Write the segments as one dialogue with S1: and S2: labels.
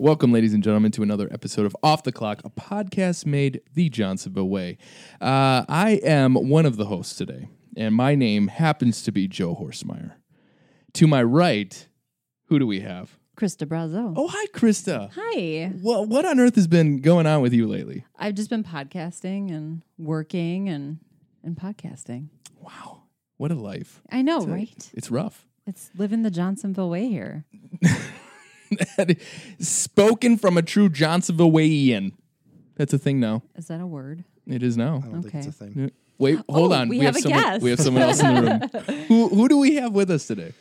S1: Welcome, ladies and gentlemen, to another episode of Off the Clock, a podcast made the Johnsonville way. Uh, I am one of the hosts today, and my name happens to be Joe Horsemeyer. To my right, who do we have?
S2: Krista Brazo.
S1: Oh, hi, Krista.
S2: Hi.
S1: What, what on earth has been going on with you lately?
S2: I've just been podcasting and working and and podcasting.
S1: Wow, what a life.
S2: I know, right?
S1: It's rough.
S2: It's living the Johnsonville way here.
S1: Spoken from a true Johnsonville wayian. That's a thing now.
S2: Is that a word?
S1: It is now.
S3: I don't think it's a thing.
S1: Wait, hold
S2: Oh,
S1: on.
S2: we have a
S1: someone,
S2: guest.
S1: We have someone else in the room. who who do we have with us today?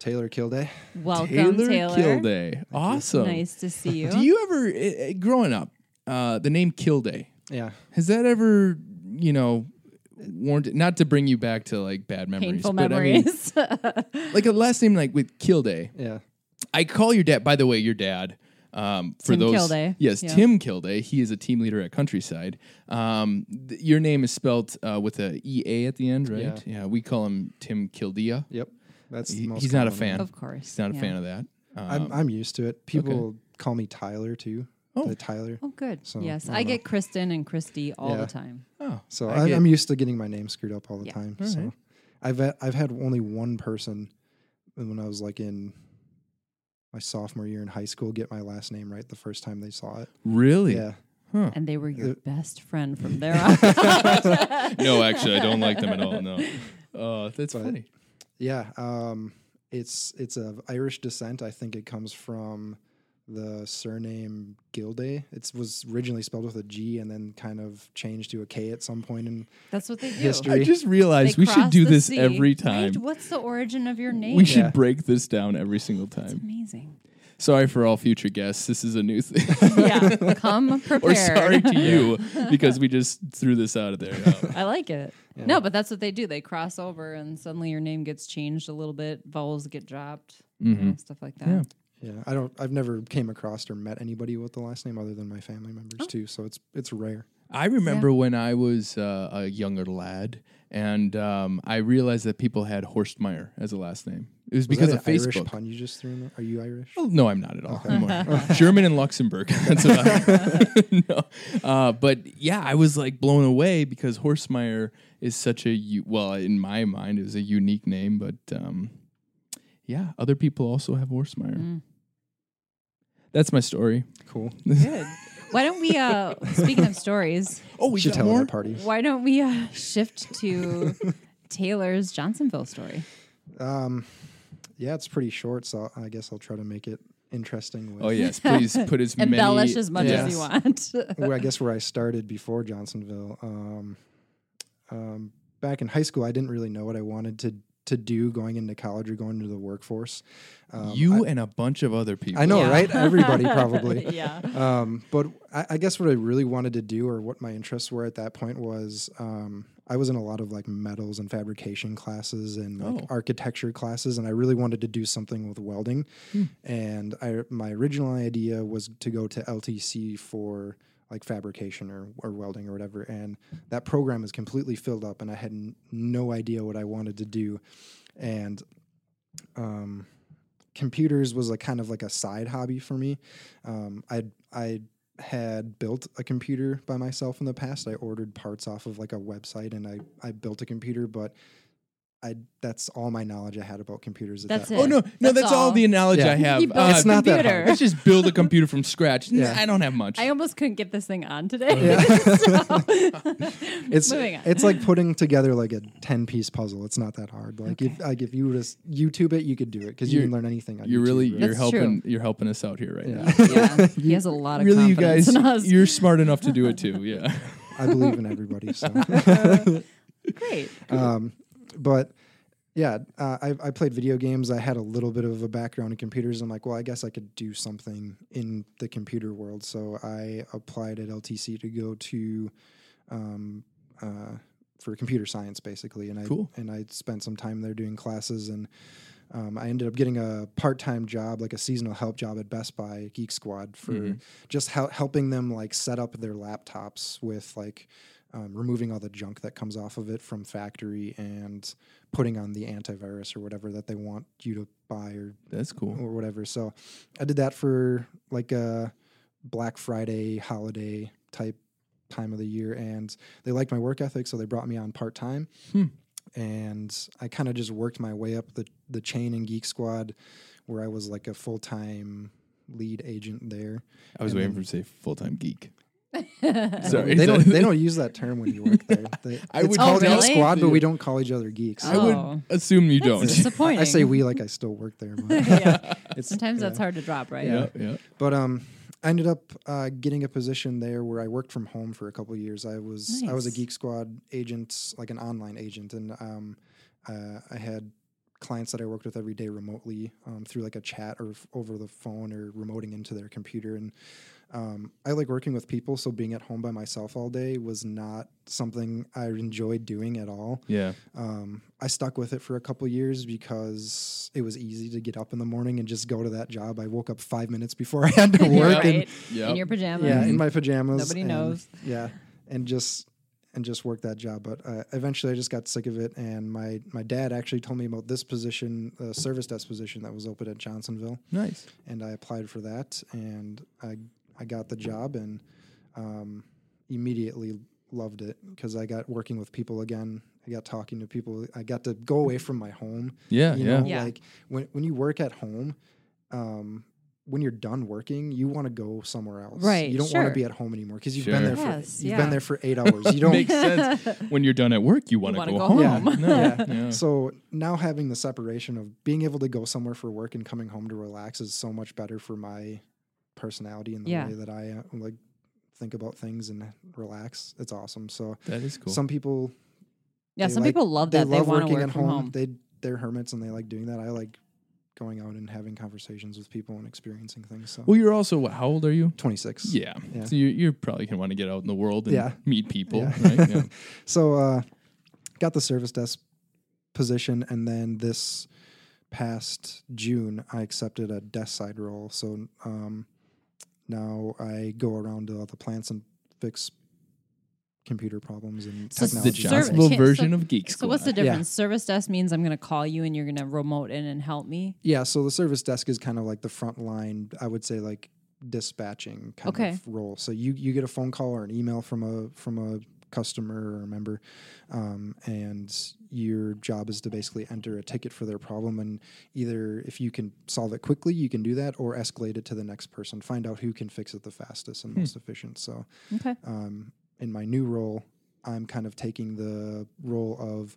S3: Taylor Kilday.
S2: Welcome, Taylor.
S1: Kilday. Awesome.
S2: Nice to see you.
S1: Do you ever, eh, eh, growing up, uh, the name Kilday
S3: Yeah.
S1: has that ever, you know, warned? Not to bring you back to like bad memories,
S2: Painful
S1: but
S2: memories.
S1: I mean, like a last name like with Kilday.
S3: Yeah.
S1: I call your dad. By the way, your dad. Um, for
S2: Tim
S1: those,
S2: Kilday.
S1: yes,
S2: Yeah.
S1: Tim Kilday. He is a team leader at Countryside. Um, th- your name is spelt uh, with a E A at the end, right?
S3: Yeah.
S1: we call him Tim Kildia.
S3: Yep. That's
S1: He-
S3: the most
S1: he's not a
S3: common
S1: fan.
S3: one.
S2: of course.
S1: He's not a
S2: yeah.
S1: fan of that. Um,
S3: I'm, I'm used to it. People call me Tyler too.
S1: Oh.
S3: The Tyler.
S2: Oh, good.
S3: So,
S2: yes,
S3: I
S2: I
S3: don't know.
S2: get Kristen and Christy all
S3: Yeah.
S2: the time.
S1: oh,
S3: So
S1: I
S3: I
S1: get-
S3: I'm used to getting my name screwed up all the
S2: Yeah.
S3: time.
S1: All
S3: so
S1: right.
S3: I've had- I've had only one person when I was like in my sophomore year in high school get my last name right the first time they saw it.
S1: really?
S3: Yeah.
S2: And they were your
S3: Uh,
S2: best friend from there on.
S1: no, actually, I don't like them at all. No. Oh, that's
S3: But-
S1: funny.
S3: Yeah, um, it's it's of Irish descent. I think it comes from the surname Gilday. It was originally spelled with a G and then kind of changed to a K at some point. And
S2: That's what they do.
S3: History.
S1: I just realized
S2: They
S1: we should
S2: cross
S1: do
S2: the
S1: this
S2: sea.
S1: every
S2: Right?
S1: time.
S2: What's the origin of your name?
S1: We should
S3: Yeah.
S1: break this down every single time.
S2: Amazing.
S1: Sorry for all future guests. This is a new thing.
S2: Yeah. Come prepared.
S1: or sorry to you because we just threw this out of there. No.
S2: I like it. No, but that's what they do. They cross over, and suddenly your name gets changed a little bit. Vowels get dropped, you know, stuff like that.
S1: Mm-hmm. Yeah.
S3: yeah, I don't. I've never came across or met anybody with the last name other than my family members
S1: Oh.
S3: too. So it's it's rare.
S1: I remember when I was uh, a younger lad, and um, I realized that people had Horstmeyer as a last name. It was,
S3: Was
S1: because
S3: that
S1: of
S3: an
S1: Facebook.
S3: Irish pun you just threw in there? Are you Irish?
S1: Oh, no, I'm not at all. anymore. German and Luxembourg. That's what I no. Uh, but yeah, I was like blown away because Horsemeyer is such a u- well, in my mind, it was a unique name. But um, yeah, other people also have Horsemeyer.
S2: Mm.
S1: That's my story.
S3: Cool.
S2: Good. Why don't we? Uh, speaking of stories,
S1: Oh, we
S3: Should
S1: got
S3: tell at
S1: more.
S3: our party.
S2: why don't we uh, shift to Taylor's Johnsonville story?
S3: Um, yeah, it's pretty short, so I guess I'll try to make it interesting. With
S1: Oh yes, please put as many.
S2: Embellish as much as
S3: Yes.
S2: you want.
S3: where I guess where I started before Johnsonville. Um, um, back in high school, I didn't really know what I wanted to to do going into college or going into the workforce. Um,
S1: you and a bunch of other people.
S3: I know,
S2: Yeah.
S3: right? Everybody probably.
S2: yeah.
S3: Um, but I, I guess what I really wanted to do, or what my interests were at that point, was um, I was in a lot of like metals and fabrication classes and like
S1: Oh.
S3: architecture classes, and I really wanted to do something with welding. And I, my original idea was to go to LTC for like fabrication or, or welding or whatever. And that program was completely filled up, and I had n- no idea what I wanted to do. And um, computers was a kind of like a side hobby for me. Um, I I had built a computer by myself in the past. I ordered parts off of like a website and I I built a computer, but I that's all my knowledge I had about computers. At
S2: That's
S3: that
S2: it.
S1: Oh no, no,
S2: That's
S1: that's all,
S2: all.
S1: the knowledge
S3: Yeah.
S1: I have.
S2: He built
S1: Uh,
S3: It's not that hard.
S2: computer.
S1: let's just build a computer from scratch. Nah,
S3: Yeah.
S1: I don't have much.
S2: I almost couldn't get this thing on today.
S3: It's
S2: Moving on.
S3: it's like putting together like a ten piece puzzle. It's not that hard. Like if like if you just YouTube it, you could do it because you
S1: You're-
S3: can learn anything. On
S1: you're
S3: YouTube,
S1: really
S3: right?
S1: you're
S2: That's
S1: helping you're helping us out here right now.
S2: yeah. He has a lot of
S1: really, you
S2: confidence
S1: guys,
S2: in us.
S1: you're smart enough to do it too. Yeah.
S3: I believe in everybody. So
S2: Great.
S3: um, but yeah, uh, I, I played video games. I had a little bit of a background in computers. I'm like, well, I guess I could do something in the computer world. So I applied at LTC to go to um, uh, for computer science, basically. And I
S1: Cool.
S3: and I spent some time there doing classes, and um, I ended up getting a part time job, like a seasonal help job at Best Buy Geek Squad for just hel- helping them like set up their laptops with like um, removing all the junk that comes off of it from factory and putting on the antivirus or whatever that they want you to buy or
S1: That's cool.
S3: or whatever. So I did that for like a Black Friday holiday type time of the year, and they liked my work ethic, so they brought me on part time.
S1: Hmm.
S3: And I kind of just worked my way up the the chain in Geek Squad, where I was like a full time lead agent there.
S1: I was
S3: And
S1: waiting
S3: then-
S1: for him to say full time geek.
S2: That's
S1: Sorry,
S3: they don't they don't use that term when you work there. They,
S1: I
S3: it's
S1: would
S3: called
S2: Oh,
S3: Geek
S2: really?
S3: Squad, but we don't call each other geeks.
S1: I would
S2: Oh.
S1: assume you don't.
S2: disappointing.
S3: I say we like I still work there. But
S2: yeah.
S3: it's,
S2: Sometimes
S3: yeah.
S2: that's hard to drop, right?
S1: yeah, yeah.
S3: But um, I ended up uh, getting a position there where I worked from home for a couple of years. I was I was a
S2: Nice.
S3: Geek Squad agent, like an online agent, and um, uh, I had clients that I worked with every day remotely um, through like a chat or f- over the phone or remoting into their computer. And um, I like working with people, so being at home by myself all day was not something I enjoyed doing at all.
S1: Yeah.
S3: Um, I stuck with it for a couple years because it was easy to get up in the morning and just go to that job. I woke up five minutes before I had to work,
S2: Right?
S3: and,
S1: Yep.
S2: In your pajamas.
S3: yeah, in my pajamas.
S2: Nobody
S3: and-
S2: knows.
S3: Yeah, and just and just work that job. But uh, eventually, I just got sick of it, and my my dad actually told me about this position, uh, service desk position that was open at Johnsonville,
S1: Nice.
S3: and I applied for that, and I I got the job, and um, immediately loved it because I got working with people again. I got talking to people. I got to go away from my home
S1: Yeah,
S3: you
S1: yeah.
S3: know
S2: Yeah.
S3: like when, when you work at home um when you're done working you want to go somewhere else
S2: Right,
S3: you don't want
S2: sure.
S3: to be at home anymore because you've
S1: Sure.
S3: been there for
S2: Yes,
S3: you've
S2: yeah.
S3: been there for eight hours you don't
S1: Makes sense. When you're done at work, you want to
S2: wanna
S1: go,
S2: go
S1: home.
S2: home.
S1: Yeah. No,
S3: Yeah.
S2: Hmm.
S1: yeah.
S3: so now having the separation of being able to go somewhere for work and coming home to relax is so much better for my personality and the
S2: Yeah.
S3: way that i uh, like think about things and relax it's awesome so
S1: That is cool.
S3: some people
S2: Yeah,
S3: They
S2: some
S3: like-
S2: people love
S3: they
S2: that. They
S3: love
S2: want to
S3: working
S2: work
S3: at
S2: from
S3: home.
S2: home.
S3: They they're hermits and they like doing that. I like going out and having conversations with people and experiencing things. So
S1: well, you're also, what, how old are you?
S3: 26.
S1: Yeah.
S3: Yeah.
S1: So you, you're probably going to want to get out in the world and
S3: Yeah.
S1: meet people,
S3: Yeah.
S1: right? Yeah.
S3: So uh got the service desk position and then this past June I accepted a desk side role. So um now I go around to all the plants and fix computer problems and
S2: So
S1: the
S3: technology.
S2: Serv-
S1: Johnsonville
S2: okay, so-
S1: version of Geek Squad.
S2: So what's the
S3: Yeah.
S2: difference? Service desk means I'm going to call you and you're going to remote in and help me.
S3: Yeah, so the service desk is kind of like the front line, I would say like dispatching kind
S2: Okay.
S3: of role. So you you get a phone call or an email from a from a customer or a member um, and your job is to basically enter a ticket for their problem and either if you can solve it quickly you can do that or escalate it to the next person find out who can fix it the fastest and most efficient so
S2: Okay.
S3: um, in my new role, I'm kind of taking the role of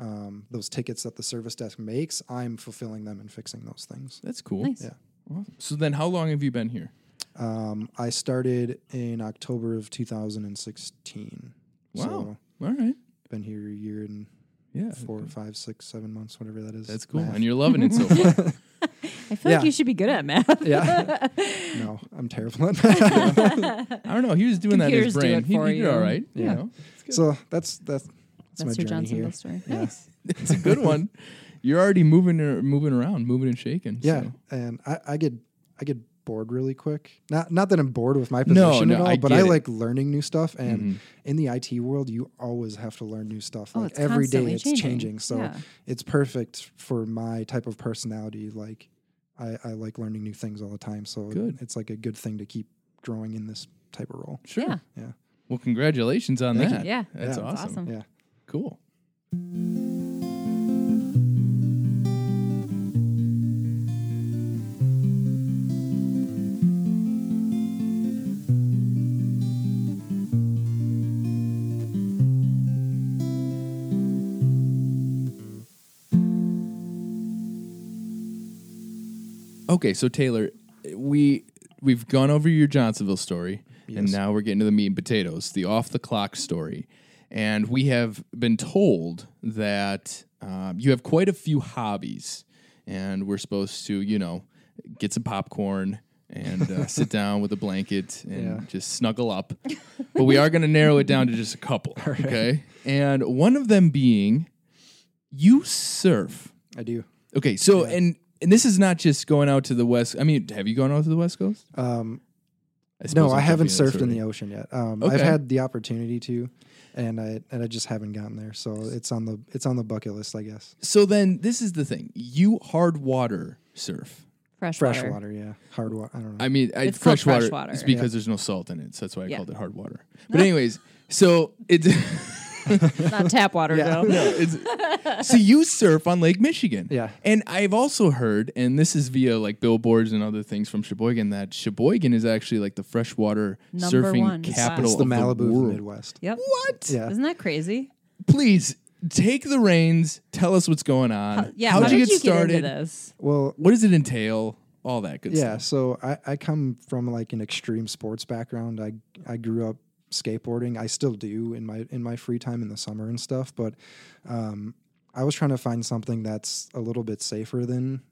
S3: um, those tickets that the service desk makes. I'm fulfilling them and fixing those things.
S1: That's cool.
S2: Nice.
S3: Yeah.
S1: Awesome. So then how long have you been here?
S3: Um, I started in October of 2016.
S1: Wow.
S3: So
S1: All right.
S3: been here a year and
S1: Yeah.
S3: four, five, six, seven months, whatever that is.
S1: That's cool.
S3: Math.
S1: And you're loving it so far.
S2: I feel like
S3: Yeah.
S2: you should be good at math.
S3: yeah. no, I'm terrible at math.
S1: I don't know. He was doing that in
S2: Computers
S1: his
S2: do
S1: brain.
S2: it
S1: He,
S2: for
S1: he did
S2: you.
S1: all right.
S3: Yeah.
S1: You know?
S3: so that's that's that's, my
S2: That's your
S3: journey
S2: Johnsonville
S3: here.
S2: story.
S3: Yeah.
S2: Nice.
S1: It's a good one. You're already moving or moving around, moving and shaking.
S3: Yeah,
S1: so.
S3: and I, I get I get bored really quick. Not not that I'm bored with my
S1: No,
S3: position
S1: no,
S3: at all,
S1: I
S3: but
S1: get
S3: I
S1: it. Mm-hmm.
S3: like learning new stuff. And in the IT world, you always have to learn new stuff.
S2: Oh,
S3: like
S2: it's
S3: every day,
S2: constantly
S3: it's
S2: changing.
S3: changing. So
S2: Yeah.
S3: it's perfect for my type of personality. Like I, I like learning new things all the time. So
S1: Good.
S3: it's like a good thing to keep growing in this type of role.
S1: Sure.
S2: Yeah.
S3: Yeah.
S1: Well, congratulations on
S3: Thank you.
S1: that.
S2: Yeah.
S1: That's
S3: Yeah.
S1: awesome.
S2: awesome.
S3: Yeah.
S1: Cool. Okay, so Taylor, we we've gone over your Johnsonville story, and
S3: Yes.
S1: now we're getting to the meat and potatoes, the off the clock story. And we have been told that um, you have quite a few hobbies, and we're supposed to, you know, get some popcorn and uh, sit down with a blanket and
S3: Yeah.
S1: just snuggle up. But we are going to narrow it down to just a couple, okay? And one of them being you surf.
S3: I do.
S1: Okay, so and and this is not just going out to the west. I mean, have you gone out to the west coast?
S3: Um,
S1: suppose
S3: no, I
S1: I'm
S3: haven't
S1: jumping
S3: surfed in
S1: already.
S3: the ocean yet. Um, I've
S1: Okay.
S3: had the opportunity to, and I and I just haven't gotten there. So it's on the it's on the bucket list, I guess.
S1: So then, this is the thing: you hard water surf.
S2: Fresh,
S3: Freshwater,
S2: water.
S3: yeah, hard water. I don't know.
S1: I mean, I-
S2: It's called
S1: fresh water.
S2: freshwater.
S1: It's because there's no salt in it, so that's why I
S2: Yeah.
S1: called it hard water. But anyways, so it's,
S2: Not tap water,
S3: Yeah.
S2: though.
S1: it's so you surf on Lake Michigan.
S3: Yeah.
S1: and I've also heard, and this is via like billboards and other things from Sheboygan, that Sheboygan is actually like the freshwater
S2: Number
S1: surfing
S2: one. It's- it's
S1: capital
S3: it's the
S1: of
S3: Malibu
S1: the
S3: of the
S1: world.
S3: Midwest.
S2: Yep.
S1: What?
S3: Yeah.
S2: Isn't that crazy?
S1: Please take the reins. Tell us what's going on.
S2: Uh, Yeah.
S1: How'd
S2: how
S1: you
S2: did
S1: get
S2: you
S1: started?
S2: Get into this?
S3: Well,
S1: What does it entail? All that good
S3: yeah.
S1: stuff.
S3: So I, I come from like an extreme sports background. I I grew up skateboarding. I still do in my in my free time in the summer and stuff. But um, I was trying to find something that's a little bit safer than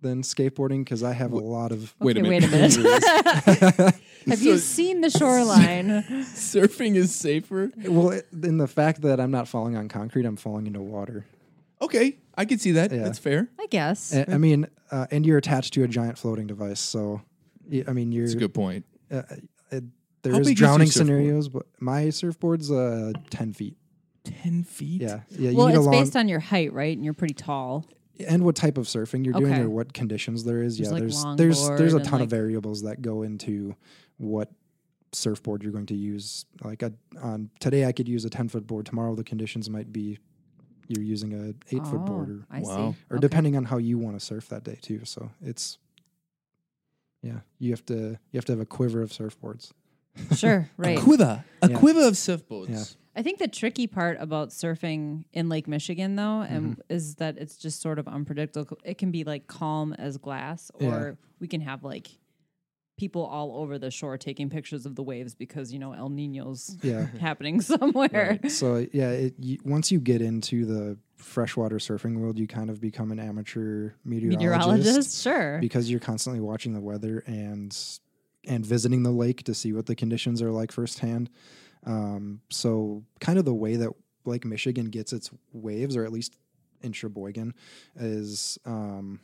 S3: than skateboarding because I have a lot of
S1: Wait a
S2: Okay,
S1: minute.
S2: Wait a minute. Have you seen the shoreline?
S1: Surfing is safer.
S3: well it- in the fact that I'm not falling on concrete, I'm falling into water.
S1: Okay, I can see that.
S3: Yeah.
S1: That's fair.
S2: I guess.
S3: A- I mean, uh, and you're attached to a giant floating device, so y- I mean you're
S1: That's a good point.
S3: uh, it, there
S1: How
S3: is
S1: big is your
S3: drowning
S1: surfboard?
S3: scenarios, but my surfboard's uh ten feet.
S1: Ten feet.
S3: Yeah, yeah. You
S2: well,
S3: need a
S2: it's
S3: long
S2: based on your height, right? And you're pretty tall.
S3: and what type of surfing you're doing
S2: Okay.
S3: or what conditions there is.
S2: There's,
S3: yeah,
S2: like,
S3: there's there's there's
S2: longboard
S3: a
S2: and,
S3: ton
S2: like-
S3: of variables that go into what surfboard you're going to use. Like a, on today, I could use a ten foot board. Tomorrow, the conditions might be you're using a eight foot board,
S2: Oh,
S3: or,
S2: I
S1: Wow.
S2: see.
S3: or depending on how you want to surf that day too. So it's yeah, you have to you have to have a quiver of surfboards.
S2: Sure, right.
S1: A quiver. A
S3: Yeah.
S1: quiver of surfboards.
S3: Yeah.
S2: I think the tricky part about surfing in Lake Michigan, though, and
S3: Mm-hmm.
S2: is that it's just sort of unpredictable. It can be like calm as glass, or
S3: Yeah.
S2: we can have like people all over the shore taking pictures of the waves because you know El Nino's
S3: Yeah.
S2: happening somewhere.
S3: so yeah, it, you, once you get into the freshwater surfing world, you kind of become an amateur
S2: Meteorologist, sure.
S3: because you're constantly watching the weather and and visiting the lake to see what the conditions are like firsthand. Um, so kind of the way that Lake Michigan gets its waves, or at least in Sheboygan, is um,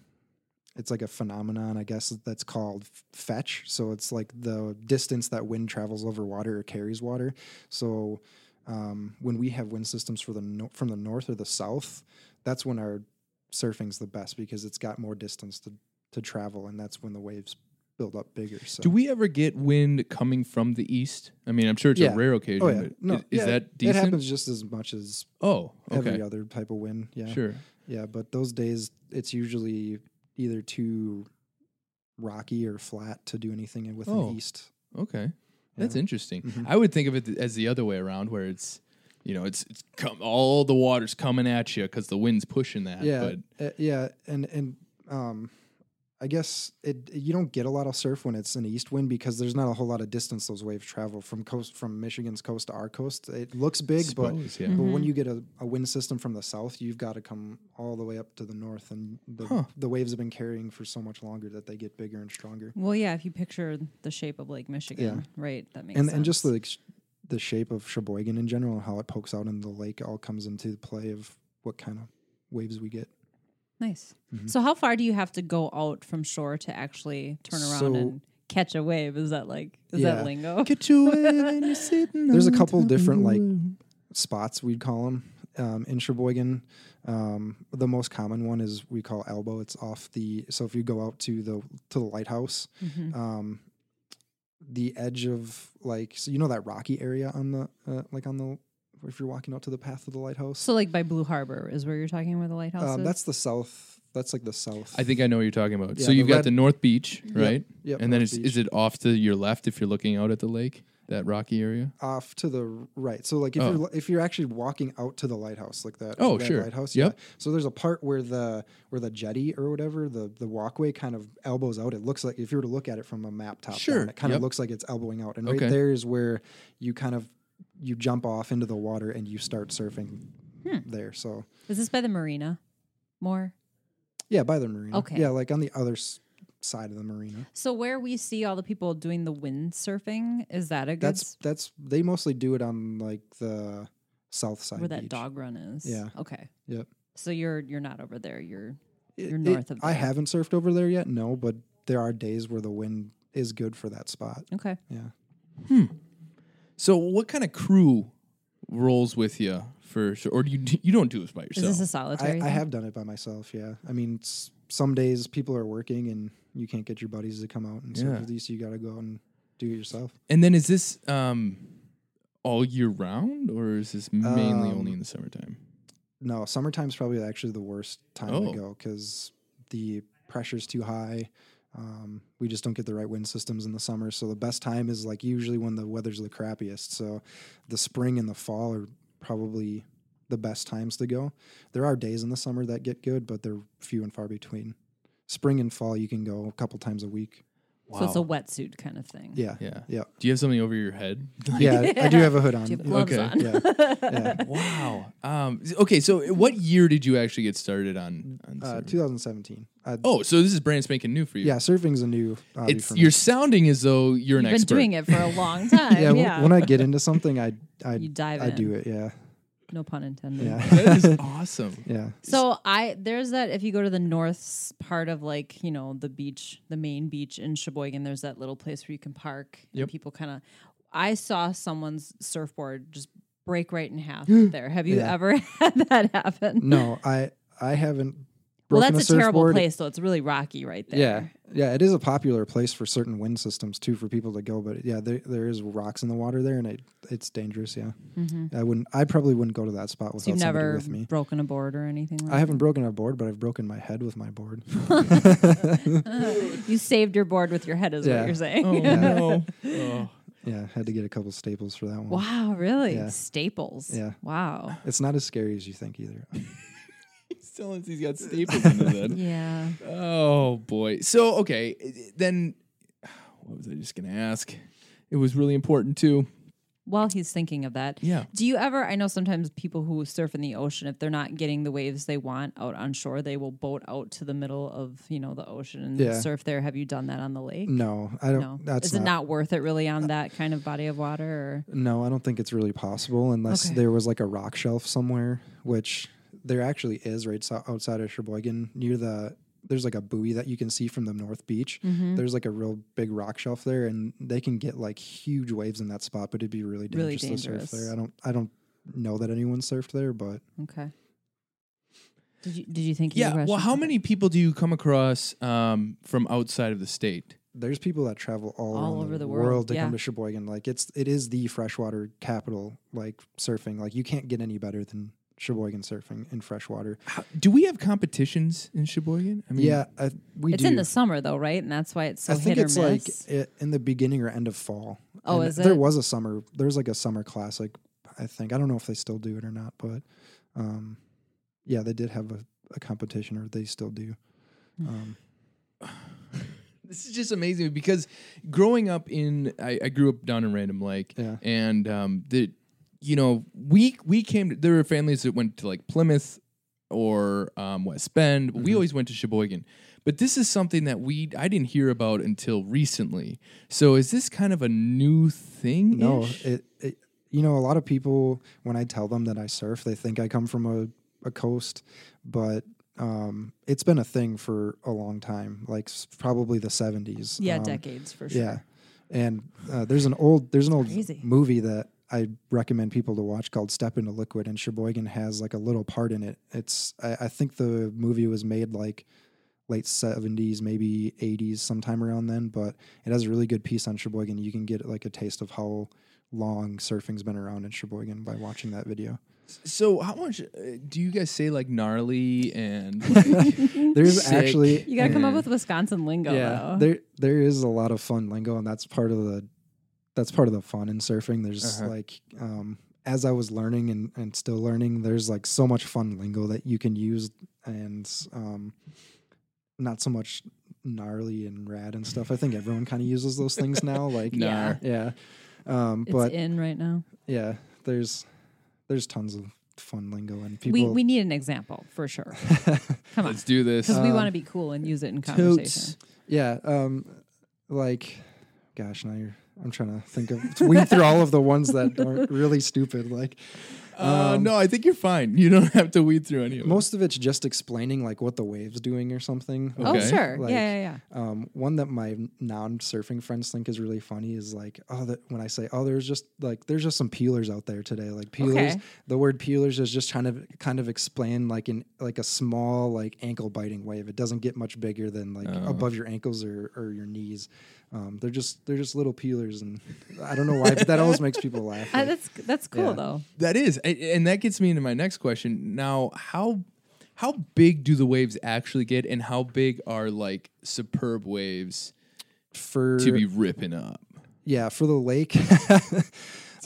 S3: it's like a phenomenon, I guess, that's called f- fetch. So it's like the distance that wind travels over water or carries water. So um, when we have wind systems for the no- from the north or the south, that's when our surfing's the best because it's got more distance to, to travel, and that's when the waves build up bigger. So
S1: Do we ever get wind coming from the east? I mean, I'm sure it's
S3: Yeah.
S1: a rare occasion.
S3: Oh yeah,
S1: But
S3: no,
S1: is, is
S3: yeah,
S1: that decent?
S3: It happens just as much as
S1: Oh,
S3: every
S1: okay.
S3: other type of wind. Yeah,
S1: Sure.
S3: yeah. But those days, it's usually either too rocky or flat to do anything with
S1: Oh.
S3: an east.
S1: Okay. That's
S3: Yeah.
S1: interesting.
S3: Mhm.
S1: I would think of it th- as the other way around, where it's, you know, it's it's come all the water's coming at you because the wind's pushing that.
S3: Yeah,
S1: But
S3: uh, yeah, and and um, I guess it you don't get a lot of surf when it's an east wind because there's not a whole lot of distance those waves travel from coast from Michigan's coast to our coast. It looks big, but
S1: suppose, yeah.
S2: Mm-hmm.
S3: But when you get a, a wind system from the south, you've got to come all the way up to the north, and the,
S1: Huh.
S3: the waves have been carrying for so much longer that they get bigger and stronger.
S2: well, yeah, if you picture the shape of Lake Michigan, right? That makes
S3: And
S2: sense.
S3: and just the ex- the shape of Sheboygan in general and how it pokes out into the lake all comes into play of what kind of waves we get.
S2: Nice.
S3: Mm-hmm.
S2: So, how far do you have to go out from shore to actually turn around
S3: So-
S2: and catch a wave? Is that like is
S3: Yeah.
S2: that lingo?
S1: Get you when you're sitting.
S3: There's a
S1: on
S3: couple
S1: top of
S3: different,
S1: the
S3: like,
S1: world.
S3: Spots we'd call them um, in Sheboygan. Um, the most common one is we call elbow. It's off the so if you go out to the to the lighthouse,
S2: Mhm.
S3: um, the edge of like so you know that rocky area on the uh, like on the if you're walking out to the path of the lighthouse.
S2: So, like by Blue Harbor is where you're talking where the lighthouse
S3: um,
S2: is.
S3: that's the south. That's like the south.
S1: I think I know what you're talking about.
S3: Yeah,
S1: so
S3: the
S1: you've got
S3: red-
S1: the North Beach, right?
S3: Yep,
S1: and then
S3: North
S1: it's,
S3: Beach.
S1: is it off to your left if you're looking out at the lake, that rocky area?
S3: off to the r- right. So like if
S1: Oh.
S3: you're if you're actually walking out to the lighthouse like that.
S1: Oh,
S3: red
S1: sure.
S3: Lighthouse.
S1: Yep.
S3: Yeah. So there's a part where the where the jetty or whatever the the walkway kind of elbows out. It looks like if you were to look at it from a map top. down,
S1: Sure.
S3: it kind
S1: Yep.
S3: of looks like it's elbowing out, and
S1: Okay.
S3: right there is where you kind of you jump off into the water and you start surfing
S2: Hmm.
S3: there. So
S2: Is this by the marina? More.
S3: yeah, by the marina.
S2: Okay.
S3: Yeah, like on the other s- side of the marina.
S2: So where we see all the people doing the windsurfing, is that a good
S3: That's
S2: s-
S3: that's they mostly do it on like the south side.
S2: where that
S3: beach.
S2: dog run is?
S3: Yeah.
S2: Okay.
S3: Yep.
S2: So you're you're not over there. You're
S3: It-
S2: you're
S3: it-
S2: north of
S3: I
S2: there.
S3: haven't surfed over there yet, no, but there are days where the wind is good for that spot.
S2: okay.
S3: Yeah.
S1: So, what kind of crew rolls with you for sure? Or do you you don't do this by
S2: Is
S1: yourself?
S2: this a
S3: I,
S2: solitary?
S3: I
S2: thing?
S3: have done it by myself, yeah. I mean s- some days people are working and you can't get your buddies to come out and surf
S1: Yeah.
S3: with you, so you gotta go out and do it yourself.
S1: and then is this um, all year round, or is this mainly
S3: Um,
S1: only in the summertime?
S3: No, summertime's probably actually the worst time
S1: Oh.
S3: to go because the pressure's too high. Um, we just don't get the right wind systems in the summer. So the best time is like usually when the weather's the crappiest. So the spring and the fall are probably the best times to go. There are days in the summer that get good, but they're few and far between. Spring and fall, you can go a couple times a week.
S2: So it's a wetsuit kind of thing.
S3: Yeah.
S1: Yeah.
S3: Yeah.
S1: Do you have something over your head?
S3: Yeah. I- I do have a hood on.
S2: Do you have gloves
S1: Okay.
S2: on?
S3: yeah. yeah.
S1: wow. Um, okay. So, what year did you actually get started on? on
S3: Uh,
S1: surfing?
S3: 2017. Uh,
S1: oh, so this is brand spanking new for you.
S3: Yeah. Surfing's a new hobby
S1: It's
S3: for me.
S1: you're sounding as though you're an
S2: You've been
S1: expert.
S2: doing it for a long time.
S3: yeah,
S2: yeah.
S3: when- When I get into something, I I
S2: You dive
S3: I do
S2: in.
S3: it. Yeah,
S2: no pun intended.
S3: yeah,
S1: that is awesome.
S3: yeah.
S2: So I there's that if you go to the north s- part of like you know the beach, the main beach in Sheboygan, there's that little place where you can park. and
S1: Yep.
S2: people kind of. I saw someone's surfboard just break right in half there. Have you
S3: Yeah.
S2: ever had that happen?
S3: No, I I haven't.
S2: well,
S3: broken
S2: that's a, terrible
S3: surfboard.
S2: place, though. It's really rocky right there.
S3: Yeah, yeah. It is a popular place for certain wind systems too for people to go. But yeah, there there is rocks in the water there, and it it's dangerous. Yeah, I wouldn't. I probably wouldn't go to that spot without
S2: Mm-hmm. So you've
S3: somebody
S2: never
S3: with me.
S2: broken a board or anything. Like
S3: I haven't broken a board, but I've broken my head with my board.
S2: that? You saved your board with your head, is
S3: Yeah.
S2: what you're saying.
S1: Oh no. Oh.
S3: yeah, had to get a couple staples for that one.
S2: Wow, really?
S3: Yeah.
S2: Staples.
S3: Yeah.
S2: Wow.
S3: It's not as scary as you think either.
S1: He's telling us he's got staples in his head.
S2: Yeah.
S1: Oh boy. So okay, eh, then what was I just gonna ask? It was really important too.
S2: While he's thinking of that,
S1: Yeah.
S2: Do you ever? I know sometimes people who surf in the ocean, if they're not getting the waves they want out on shore, they will boat out to the middle of you know the ocean and
S3: Yeah.
S2: surf there. Have you done that on the lake?
S3: No, I don't.
S2: No.
S3: That's Uh,
S2: Is it not worth it really on that kind of body of water? Or?
S3: No, I don't think it's really possible unless
S2: Okay.
S3: there was like a rock shelf somewhere, which there actually is right so- outside of Sheboygan near the. There's like a buoy that you can see from the North Beach.
S2: Mm-hmm.
S3: There's like a real big rock shelf there, and they can get like huge waves in that spot, but it'd be really
S2: Really
S3: dangerous, to surf
S2: dangerous.
S3: there. I don't, I don't know that anyone surfed there, but
S2: Okay. Did you Did you think? of your
S1: Yeah. Well,
S2: question?
S1: how many people do you come across um, from outside of the state?
S3: there's people that travel all,
S2: All
S3: around
S2: over the
S3: world,
S2: world,
S3: to come
S2: yeah.
S3: to Sheboygan. Like it's, it is the freshwater capital, like surfing. Like you can't get any better than Sheboygan surfing in freshwater.
S1: How, do we have competitions in Sheboygan? I
S3: yeah, I, we
S2: It's
S3: do.
S2: in the summer though, right? And that's why it's so
S3: I think
S2: hit
S3: it's
S2: or
S3: like
S2: miss.
S3: i in the beginning or end of fall.
S2: Oh,
S3: And
S2: is
S3: There
S2: it?
S3: was a summer. There was like a summer classic. I think I don't know if they still do it or not, but um, yeah, they did have a, a competition, or they still do. Um,
S1: This is just amazing because growing up in, I, I grew up down in Random Lake,
S3: Yeah.
S1: and um, the, you know, we we came. To, there were families that went to like Plymouth or um, West Bend.
S3: Mm-hmm.
S1: but We always went to Sheboygan, but this is something that we I didn't hear about until recently. So is this kind of a new thing?
S3: no, it, it. You know, a lot of people when I tell them that I surf, they think I come from a, a coast, but um, it's been a thing for a long time, like s- probably the seventies.
S2: yeah,
S3: um,
S2: decades for sure.
S3: Yeah, and uh, there's an old there's an old
S2: Crazy.
S3: movie that I recommend people to watch called Step into Liquid, and Sheboygan has like a little part in it. It's I, I think the movie was made like late 70s maybe 80s sometime around then but it has a really good piece on sheboygan you can get like a taste of how long surfing's been around in sheboygan by watching that video
S1: So how much uh, do you guys say like gnarly and
S3: there's
S1: Sick.
S3: actually
S2: You gotta come up
S1: Mm.
S2: with Wisconsin lingo
S3: yeah
S2: though.
S3: there there is a lot of fun lingo and that's part of the that's part of the fun in surfing there's
S1: Uh-huh.
S3: like um as i was learning and, and still learning there's like so much fun lingo that you can use and um not so much gnarly and rad and stuff i think everyone kind of uses those things now like
S1: Gnar.
S3: yeah Um,
S2: It's
S3: but
S2: in right now.
S3: yeah, there's there's tons of fun lingo and
S2: we
S3: people.
S2: we need an example for sure. Come on,
S1: Let's do this.
S2: because
S3: Uh, um,
S2: we want to be cool and use it in
S4: Totes.
S2: conversation.
S3: yeah, um, like, gosh, now you're. I'm trying to think of to weed through all of the ones that aren't really stupid. Like
S1: uh, no, I think you're fine. You don't have to weed through any of them.
S3: most of it's just explaining like what the wave's doing or something.
S2: Oh
S1: Okay.
S2: sure,
S3: Like,
S2: yeah, yeah, yeah.
S3: Um, one that my non-surfing friends think is really funny is like, oh, that when I say, oh, there's just like there's just some peelers out there today. Like peelers,
S2: Okay.
S3: the word peelers is just trying to kind of explain like in like a small like ankle biting wave. It doesn't get much bigger than like above your ankles or, or your knees. Um, they're just they're just little peelers, and I don't know why, but that always makes people laugh.
S2: Uh,
S3: Like,
S2: that's that's cool
S3: Yeah.
S2: though.
S1: That is, a- and that gets me into my next question. Now, how how big do the waves actually get, and how big are like superb waves
S3: for
S1: to be ripping up,
S3: yeah, for the lake.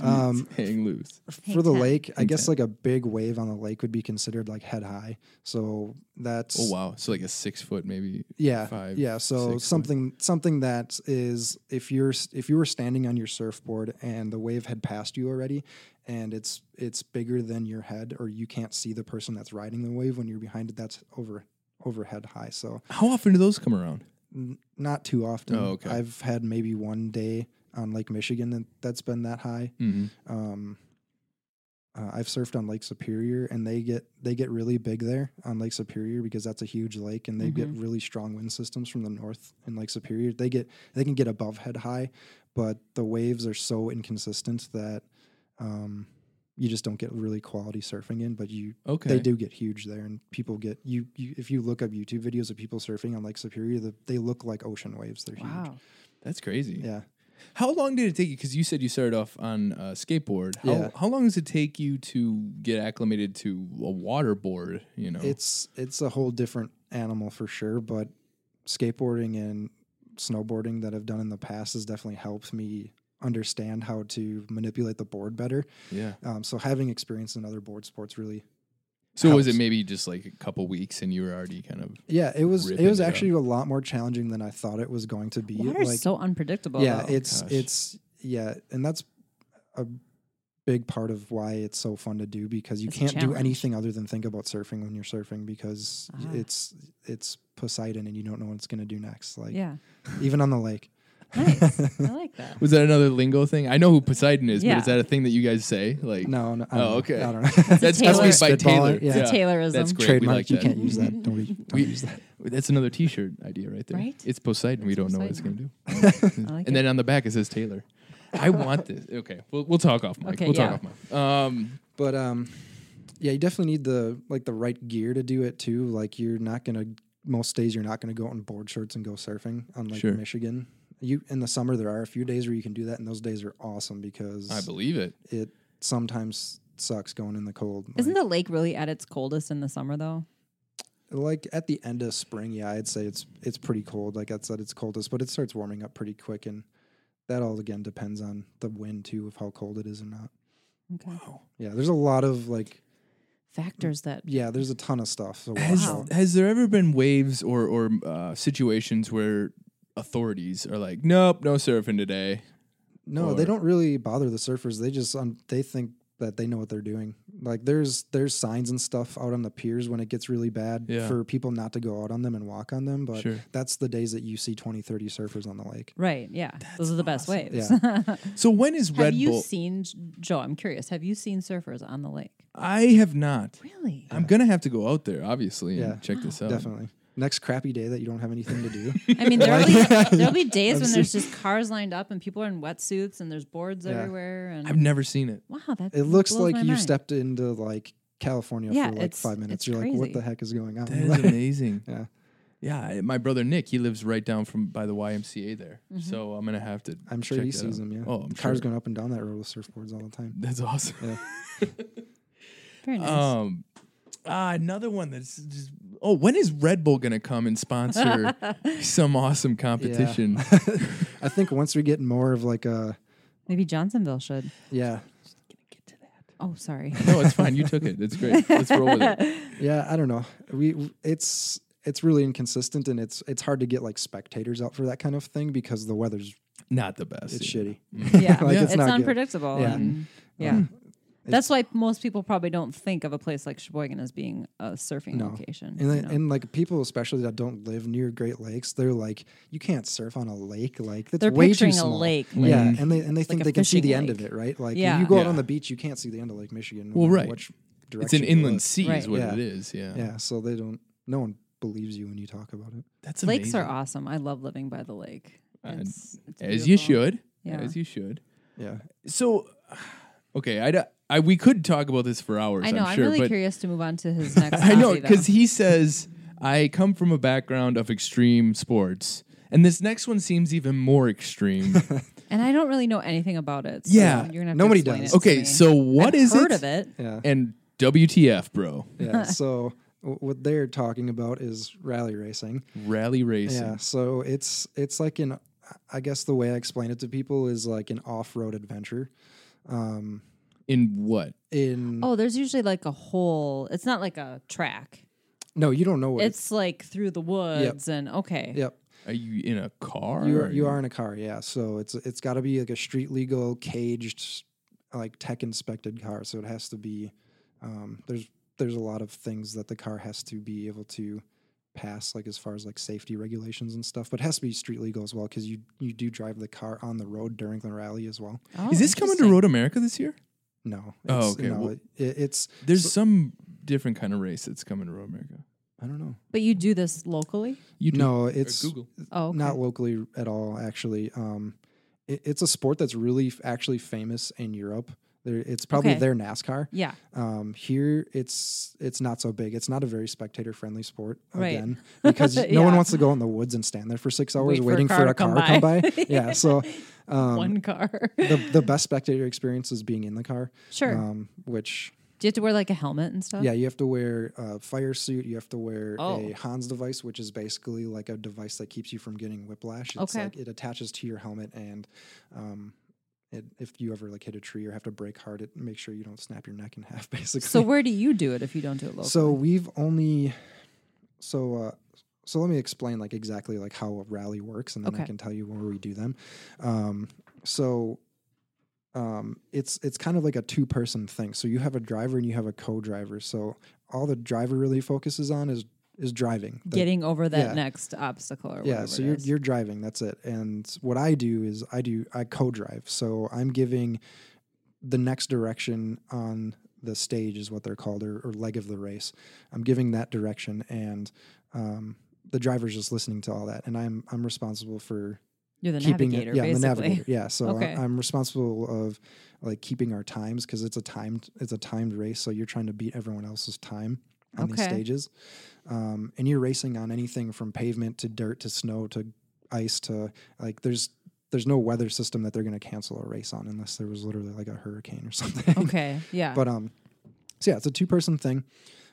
S3: um,
S1: hang loose?
S2: Hey,
S3: for the
S2: Ted.
S3: lake, I guess like a big wave on the lake would be considered like head high. So that's
S1: Oh wow! So like a six foot, maybe.
S3: yeah,
S1: five,
S3: yeah.
S1: six
S3: So
S1: foot.
S3: something something that is if you're s- if you were standing on your surfboard and the wave had passed you already, and it's it's bigger than your head, or you can't see the person that's riding the wave when you're behind it. That's over overhead high. So
S1: How often do those come around?
S3: n- not too often.
S1: Oh, okay.
S3: I've had maybe one day on Lake Michigan that that's been that high.
S1: Mm-hmm.
S3: um, uh, I've surfed on Lake Superior, and they get they get really big there on Lake Superior because that's a huge lake, and they get really strong wind systems from the north in Lake Superior. They get they can get above head high, but the waves are so inconsistent that um, you just don't get really quality surfing in. But you
S1: Okay.
S3: they do get huge there, and people get you, you. If you look up YouTube videos of people surfing on Lake Superior, the, they look like ocean waves. They're
S2: Wow,
S1: That's crazy.
S3: huge. Yeah.
S1: How long did it take you? Because you said you started off on a skateboard. How,
S3: Yeah.
S1: how long does it take you to get acclimated to a waterboard? You know,
S3: it's it's a whole different animal for sure but skateboarding and snowboarding that i've done in the past has definitely helped me understand how to manipulate the board better
S1: yeah.
S3: um, so having experience in other board sports really
S1: So was it
S3: helps.
S1: maybe just like a couple weeks and you were already kind of
S3: yeah it was
S1: Ripping
S3: it was
S1: it up.
S3: actually a lot more challenging than i thought it was going to be
S2: water's so unpredictable.
S3: yeah
S2: though.
S3: it's
S1: gosh.
S3: it's yeah and that's a big part of why it's so fun to do because you
S2: It's a
S3: can't do
S2: challenge.
S3: anything other than think about surfing when you're surfing because y-
S2: Ah.
S3: it's it's poseidon and you don't know what it's going to do next like
S2: yeah,
S3: even on the lake
S2: nice. I like that.
S1: was that another lingo thing? I know who Poseidon is, but
S2: Yeah.
S1: is that a thing that you guys say? Like
S3: no, no I
S1: Oh,
S3: don't know.
S1: okay.
S3: i don't know
S1: that's
S2: Taylor.
S1: that's made by Taylor.
S3: Spitballer, yeah.
S2: It's a Taylorism.
S1: That's great.
S3: trademark
S1: We like
S3: you
S1: that.
S3: can't use that don't, e- don't
S1: We-
S3: use that
S1: That's another T-shirt idea right there.
S2: Right?
S1: It's Poseidon. we
S2: It's
S1: don't know what it's gonna
S2: Poseidon.
S1: do.
S2: I like
S1: and
S2: it.
S1: then on the back it says Taylor. I want this. Okay, we'll we'll talk off mic.
S2: Okay,
S1: we'll
S2: yeah.
S1: talk off mic. Um,
S3: but um yeah you definitely need the like the right gear to do it too like you're not gonna most days you're not gonna go out in board shorts and go surfing on lake
S1: Sure.
S3: michigan you in the summer there are a few days where you can do that and those days are awesome because
S1: I believe it.
S3: it sometimes sucks going in the cold
S2: Isn't
S3: like,
S2: the lake really at its coldest in the summer though?
S3: like at the end of spring yeah i'd say it's it's pretty cold like i said it's coldest but it starts warming up pretty quick and that all again depends on the wind too of how cold it is or not
S2: Okay.
S3: yeah there's a lot of like
S2: Factors that
S3: yeah there's a ton of stuff to watch
S1: Has,
S3: out.
S1: has there ever been waves or or uh, situations where authorities are like, nope, no surfing today?
S3: No,
S1: or-
S3: they don't really bother the surfers. They just um, they think that they know what they're doing. Like there's there's signs and stuff out on the piers when it gets really bad
S1: Yeah.
S3: for people not to go out on them and walk on them, but
S1: Sure.
S3: that's the days that you see 20 30 surfers on the lake.
S2: right, yeah. Those are the best waves.
S3: Yeah.
S1: So when is
S2: Have
S1: Red
S2: you
S1: Bull?
S2: seen Joe? I'm curious. Have you seen surfers on the lake?
S1: I have not.
S2: Really?
S1: I'm gonna have to go out there, obviously, and
S3: Yeah,
S1: check this out.
S3: Definitely. Next crappy day that you don't have anything to do.
S2: I mean, there'll be there'll be days when there's just cars lined up and people are in wetsuits and there's boards
S3: Yeah.
S2: everywhere and
S1: I've never seen it.
S2: wow, that
S3: it looks
S2: blows
S3: like
S2: my
S3: you
S2: mind.
S3: stepped into like California
S2: Yeah,
S3: for like
S2: it's-
S3: 5 minutes.
S2: it's
S3: You're like what
S2: crazy.
S3: the heck is going on?
S1: That is
S3: Like,
S1: amazing.
S3: yeah.
S1: Yeah, I- my brother Nick, he lives right down from by the YMCA there,
S2: Mm-hmm.
S1: so I'm gonna have to.
S3: I'm sure
S1: check
S3: he
S1: that out.
S3: sees them, yeah.
S1: Oh, I'm
S3: Cars
S1: sure.
S3: going up and down that road with surfboards all the time.
S1: That's awesome.
S2: Very nice.
S1: Um, ah, another one that's just. Oh, when is Red Bull gonna come and sponsor some awesome competition?
S3: I think once we get more of like a
S2: Maybe Johnsonville should.
S3: yeah,
S2: Oh, sorry.
S1: no, it's fine. You took it. It's great. Let's roll with it.
S3: Yeah, I don't know. We w- it's it's really inconsistent and it's it's hard to get like spectators out for that kind of thing because the weather's
S1: Not the best.
S3: It's
S1: yeah.
S3: shitty.
S1: Mm-hmm.
S2: Yeah,
S3: Like,
S2: it's,
S3: it's not good.
S2: unpredictable.
S3: Yeah. Mm-hmm.
S2: and- yeah. That's why most people probably don't think of a place like Sheboygan as being a surfing
S3: No.
S2: location.
S3: And,
S2: you
S3: then,
S2: know?
S3: and like people, especially that don't live near Great Lakes, they're like, you can't surf on a lake. Like that's
S2: They're
S3: way too
S2: picturing a
S3: small."
S2: lake,
S3: Yeah,
S1: like-
S3: and they and they think
S2: a
S3: they can see
S2: fishing
S3: the end of
S2: lake.
S3: it, right? Like
S2: Yeah.
S3: you go out on
S1: Yeah.
S3: the beach, you can't see the end of Lake Michigan. no
S1: Well,
S3: matter
S1: right.
S3: which
S1: It's
S3: direction
S1: an
S3: you
S1: inland
S3: look.
S1: sea is
S2: Right.
S1: what
S3: Yeah.
S1: it is. Yeah.
S3: Yeah, so they don't. No one believes you when you talk about it.
S1: That's amazing.
S2: Lakes are awesome. I love living by the lake.
S1: And
S2: It's- it's
S1: Uh, As you
S2: beautiful.
S1: should.
S2: Yeah.
S1: As you should.
S3: Yeah,
S1: So, okay, I, d- I- we could talk about this for hours.
S2: I know.
S1: I'm
S2: I'm
S1: sure,
S2: really
S1: but
S2: curious to move on to his next.
S1: I know
S2: hobby, though.
S1: because he says I come from a background of extreme sports, and this next one seems even more extreme.
S2: and I don't really know anything about it. so
S1: Yeah.
S2: you're gonna have
S3: Nobody
S2: to explain
S3: does.
S2: it to
S1: okay,
S2: me.
S1: so what
S2: I've
S1: is
S2: heard
S1: it?
S2: of it?
S3: yeah,
S1: And WTF, bro?
S3: yeah. so w- what they're talking about is rally racing.
S1: Rally racing.
S3: Yeah, so it's it's like an I guess the way I explain it to people is like an off-road adventure. Um,
S1: In what?
S3: in
S2: Oh, there's usually like a hole. It's not like a track.
S3: no, you don't know what
S2: It's like through the woods and okay.
S3: Yep.
S1: Are you in a car?
S3: You
S1: Are
S3: are, you are in a car, yeah. So it's it's got to be like a street legal caged, like tech inspected car. So it has to be. Um, there's there's a lot of things that the car has to be able to pass, like as far as like safety regulations and stuff. But it has to be street legal as well, because you you do drive the car on the road during the rally as well.
S2: Oh,
S1: Is this coming to
S2: interesting.
S1: Road America this year?
S3: No.
S1: Oh,
S3: it's-
S1: okay,
S3: No,
S1: well-
S3: it, it- it's
S1: There's some different kind of race that's coming to Road America.
S3: I don't know.
S2: But you do this locally?
S1: You do.
S3: No,
S1: Or
S3: it's
S1: Google.
S2: Oh, okay.
S3: not locally at all actually um it, it's a sport that's really f- actually famous in europe there, it's probably
S2: Okay.
S3: their nascar
S2: yeah.
S3: um here it's it's not so big it's not a very spectator friendly sport
S2: Right.
S3: again because no one
S2: Yeah.
S3: wants to go out in the woods and stand there for six hours
S2: Wait for a
S3: waiting
S2: car
S3: for
S2: to
S3: a car
S2: come
S3: to come
S2: by.
S3: by yeah so um
S2: One car.
S3: the, the best spectator experience is being in the car
S2: sure.
S3: um which
S2: do you have to wear like a helmet and stuff?
S3: yeah you have to wear a fire suit you have to wear
S2: Oh.
S3: a hans device which is basically like a device that keeps you from getting whiplash it's
S2: Okay.
S3: like it attaches to your helmet and um it, if you ever like hit a tree or have to break hard it makes sure you don't snap your neck in half basically
S2: So where do you do it if you don't do it locally?
S3: so we've only so uh so let me explain like exactly like how a rally works and then i
S2: Okay.
S3: can tell you where we do them um so um it's it's kind of like a two person thing so you have a driver and you have a co-driver so all the driver really focuses on is is driving The-
S2: getting over that
S3: yeah.
S2: next obstacle or
S3: yeah
S2: whatever
S3: so
S2: it
S3: you're,
S2: is.
S3: you're driving that's it and what i do is i do i co-drive so i'm giving the next direction on the stage is what they're called or, or leg of the race i'm giving that direction and um, the driver's just listening to all that and i'm i'm responsible for
S2: You're the
S3: keeping
S2: navigator,
S3: it yeah I'm
S2: basically.
S3: the navigator yeah so
S2: Okay.
S3: I, i'm responsible of like keeping our times because it's a timed it's a timed race so you're trying to beat everyone else's time on these
S2: Okay.
S3: stages um, and you're racing on anything from pavement to dirt to snow to ice to like there's there's no weather system that they're going to cancel a race on unless there was literally like a hurricane or something
S2: Okay. Yeah.
S3: but um, so yeah, it's a two person thing.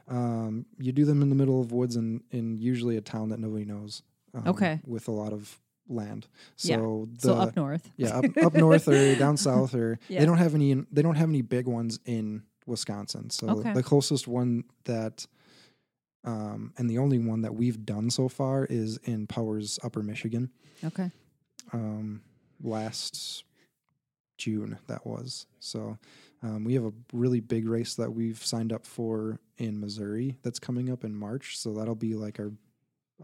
S3: Um, you do them in the middle of woods and in usually a town that nobody knows. Um,
S2: Okay.
S3: With a lot of land.
S2: Yeah.
S3: So the
S2: so up north.
S3: yeah up, up north or down south or
S2: Yeah.
S3: they don't have any in- they don't have any big ones in Wisconsin. So
S2: Okay.
S3: the closest one that um, and the only one that we've done so far is in Powers, Upper Michigan.
S2: Okay.
S3: Um, last June that was. So um, we have a really big race that we've signed up for in Missouri that's coming up in March. So that'll be like our,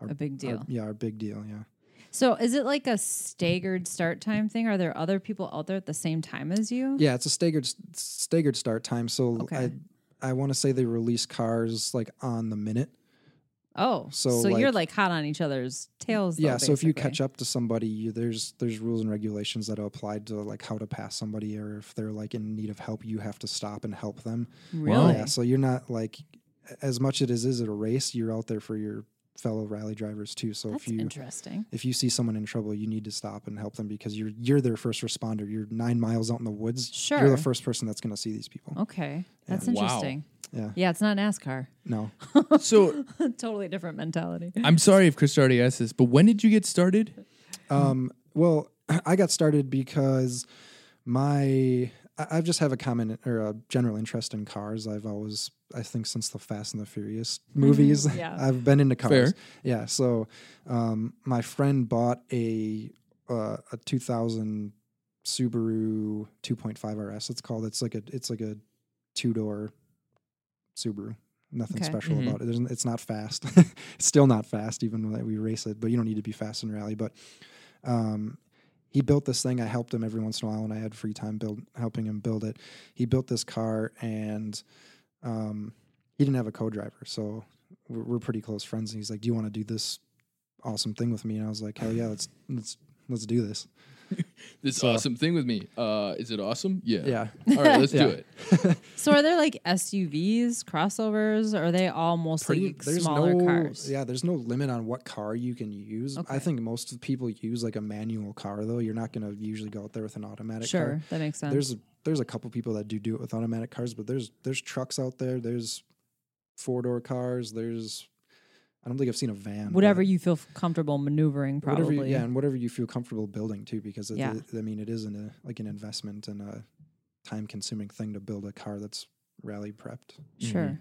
S3: our
S2: A big
S3: our-
S2: deal.
S3: yeah, our big deal. Yeah.
S2: So is it like a staggered start time thing? Are there other people out there at the same time as you?
S3: Yeah, it's a staggered staggered start time. So
S2: Okay.
S3: I I want to say they release cars like on the minute.
S2: Oh, so,
S3: So,
S2: you're
S3: like-
S2: like hot on each other's tails.
S3: yeah. So if you catch up to somebody, you, there's there's rules and regulations that are applied to like how to pass somebody, or if they're like in need of help, you have to stop and help them.
S2: really,
S3: Yeah. So you're not like as much it is is it a race. You're out there for your fellow rally drivers too. So
S2: that's
S3: if you
S2: interesting.
S3: if you see someone in trouble, you need to stop and help them because you're you're their first responder. You're nine miles out in the woods. You're
S2: Sure. Oh.
S3: the first person that's going to see these people.
S2: Okay, that's
S1: Wow.
S2: interesting.
S3: Yeah.
S2: Yeah, it's not NASCAR.
S3: No.
S1: So
S2: totally different mentality.
S1: I'm sorry if Chris already asked this, but when did you get started?
S3: Um, well, I got started because my I, I just have a common or a general interest in cars. I've always, I think, since the Fast and the Furious movies,
S2: Mm-hmm. yeah.
S3: I've been into
S1: Fair.
S3: cars. Yeah. So, um, my friend bought a uh, a 2000 Subaru 2.5 RS. It's called. It's like a it's like a two door Subaru. Nothing
S2: Okay.
S3: special
S1: Mhm.
S3: about it. There's, n- it's not fast. it's still not fast, even when we race it. But you don't need to be fast in rally. But um, he built this thing. I helped him every once in a while when I had free time build helping him build it. He built this car and um, he didn't have a co-driver, so we're, we're pretty close friends. And he's like, "Do you want to do this awesome thing with me?" And I was like, "Hell yeah, let's let's let's do this."
S1: This
S3: So-
S1: awesome thing with me. Uh, is it awesome? Yeah.
S3: Yeah,
S1: All right, let's do
S3: Yeah.
S1: it.
S2: So are there like SUVs, crossovers, or are they all mostly smaller
S3: no
S2: cars?
S3: yeah there's no limit on what car you can use i
S2: Okay.
S3: think most of the people use like a manual car though you're not going to usually go out there with an automatic
S2: sure,
S3: car
S2: that makes sense.
S3: there's a, there's a couple people that do do it with automatic cars but there's there's trucks out there there's four door cars there's i don't think i've seen a van but
S2: whatever you feel f- comfortable maneuvering,
S3: whatever
S2: probably.
S3: you, yeah and whatever you feel comfortable building too because it,
S2: Yeah.
S3: it- i mean it is an, a, like an investment and a time consuming thing to build a car that's rally prepped
S2: Sure.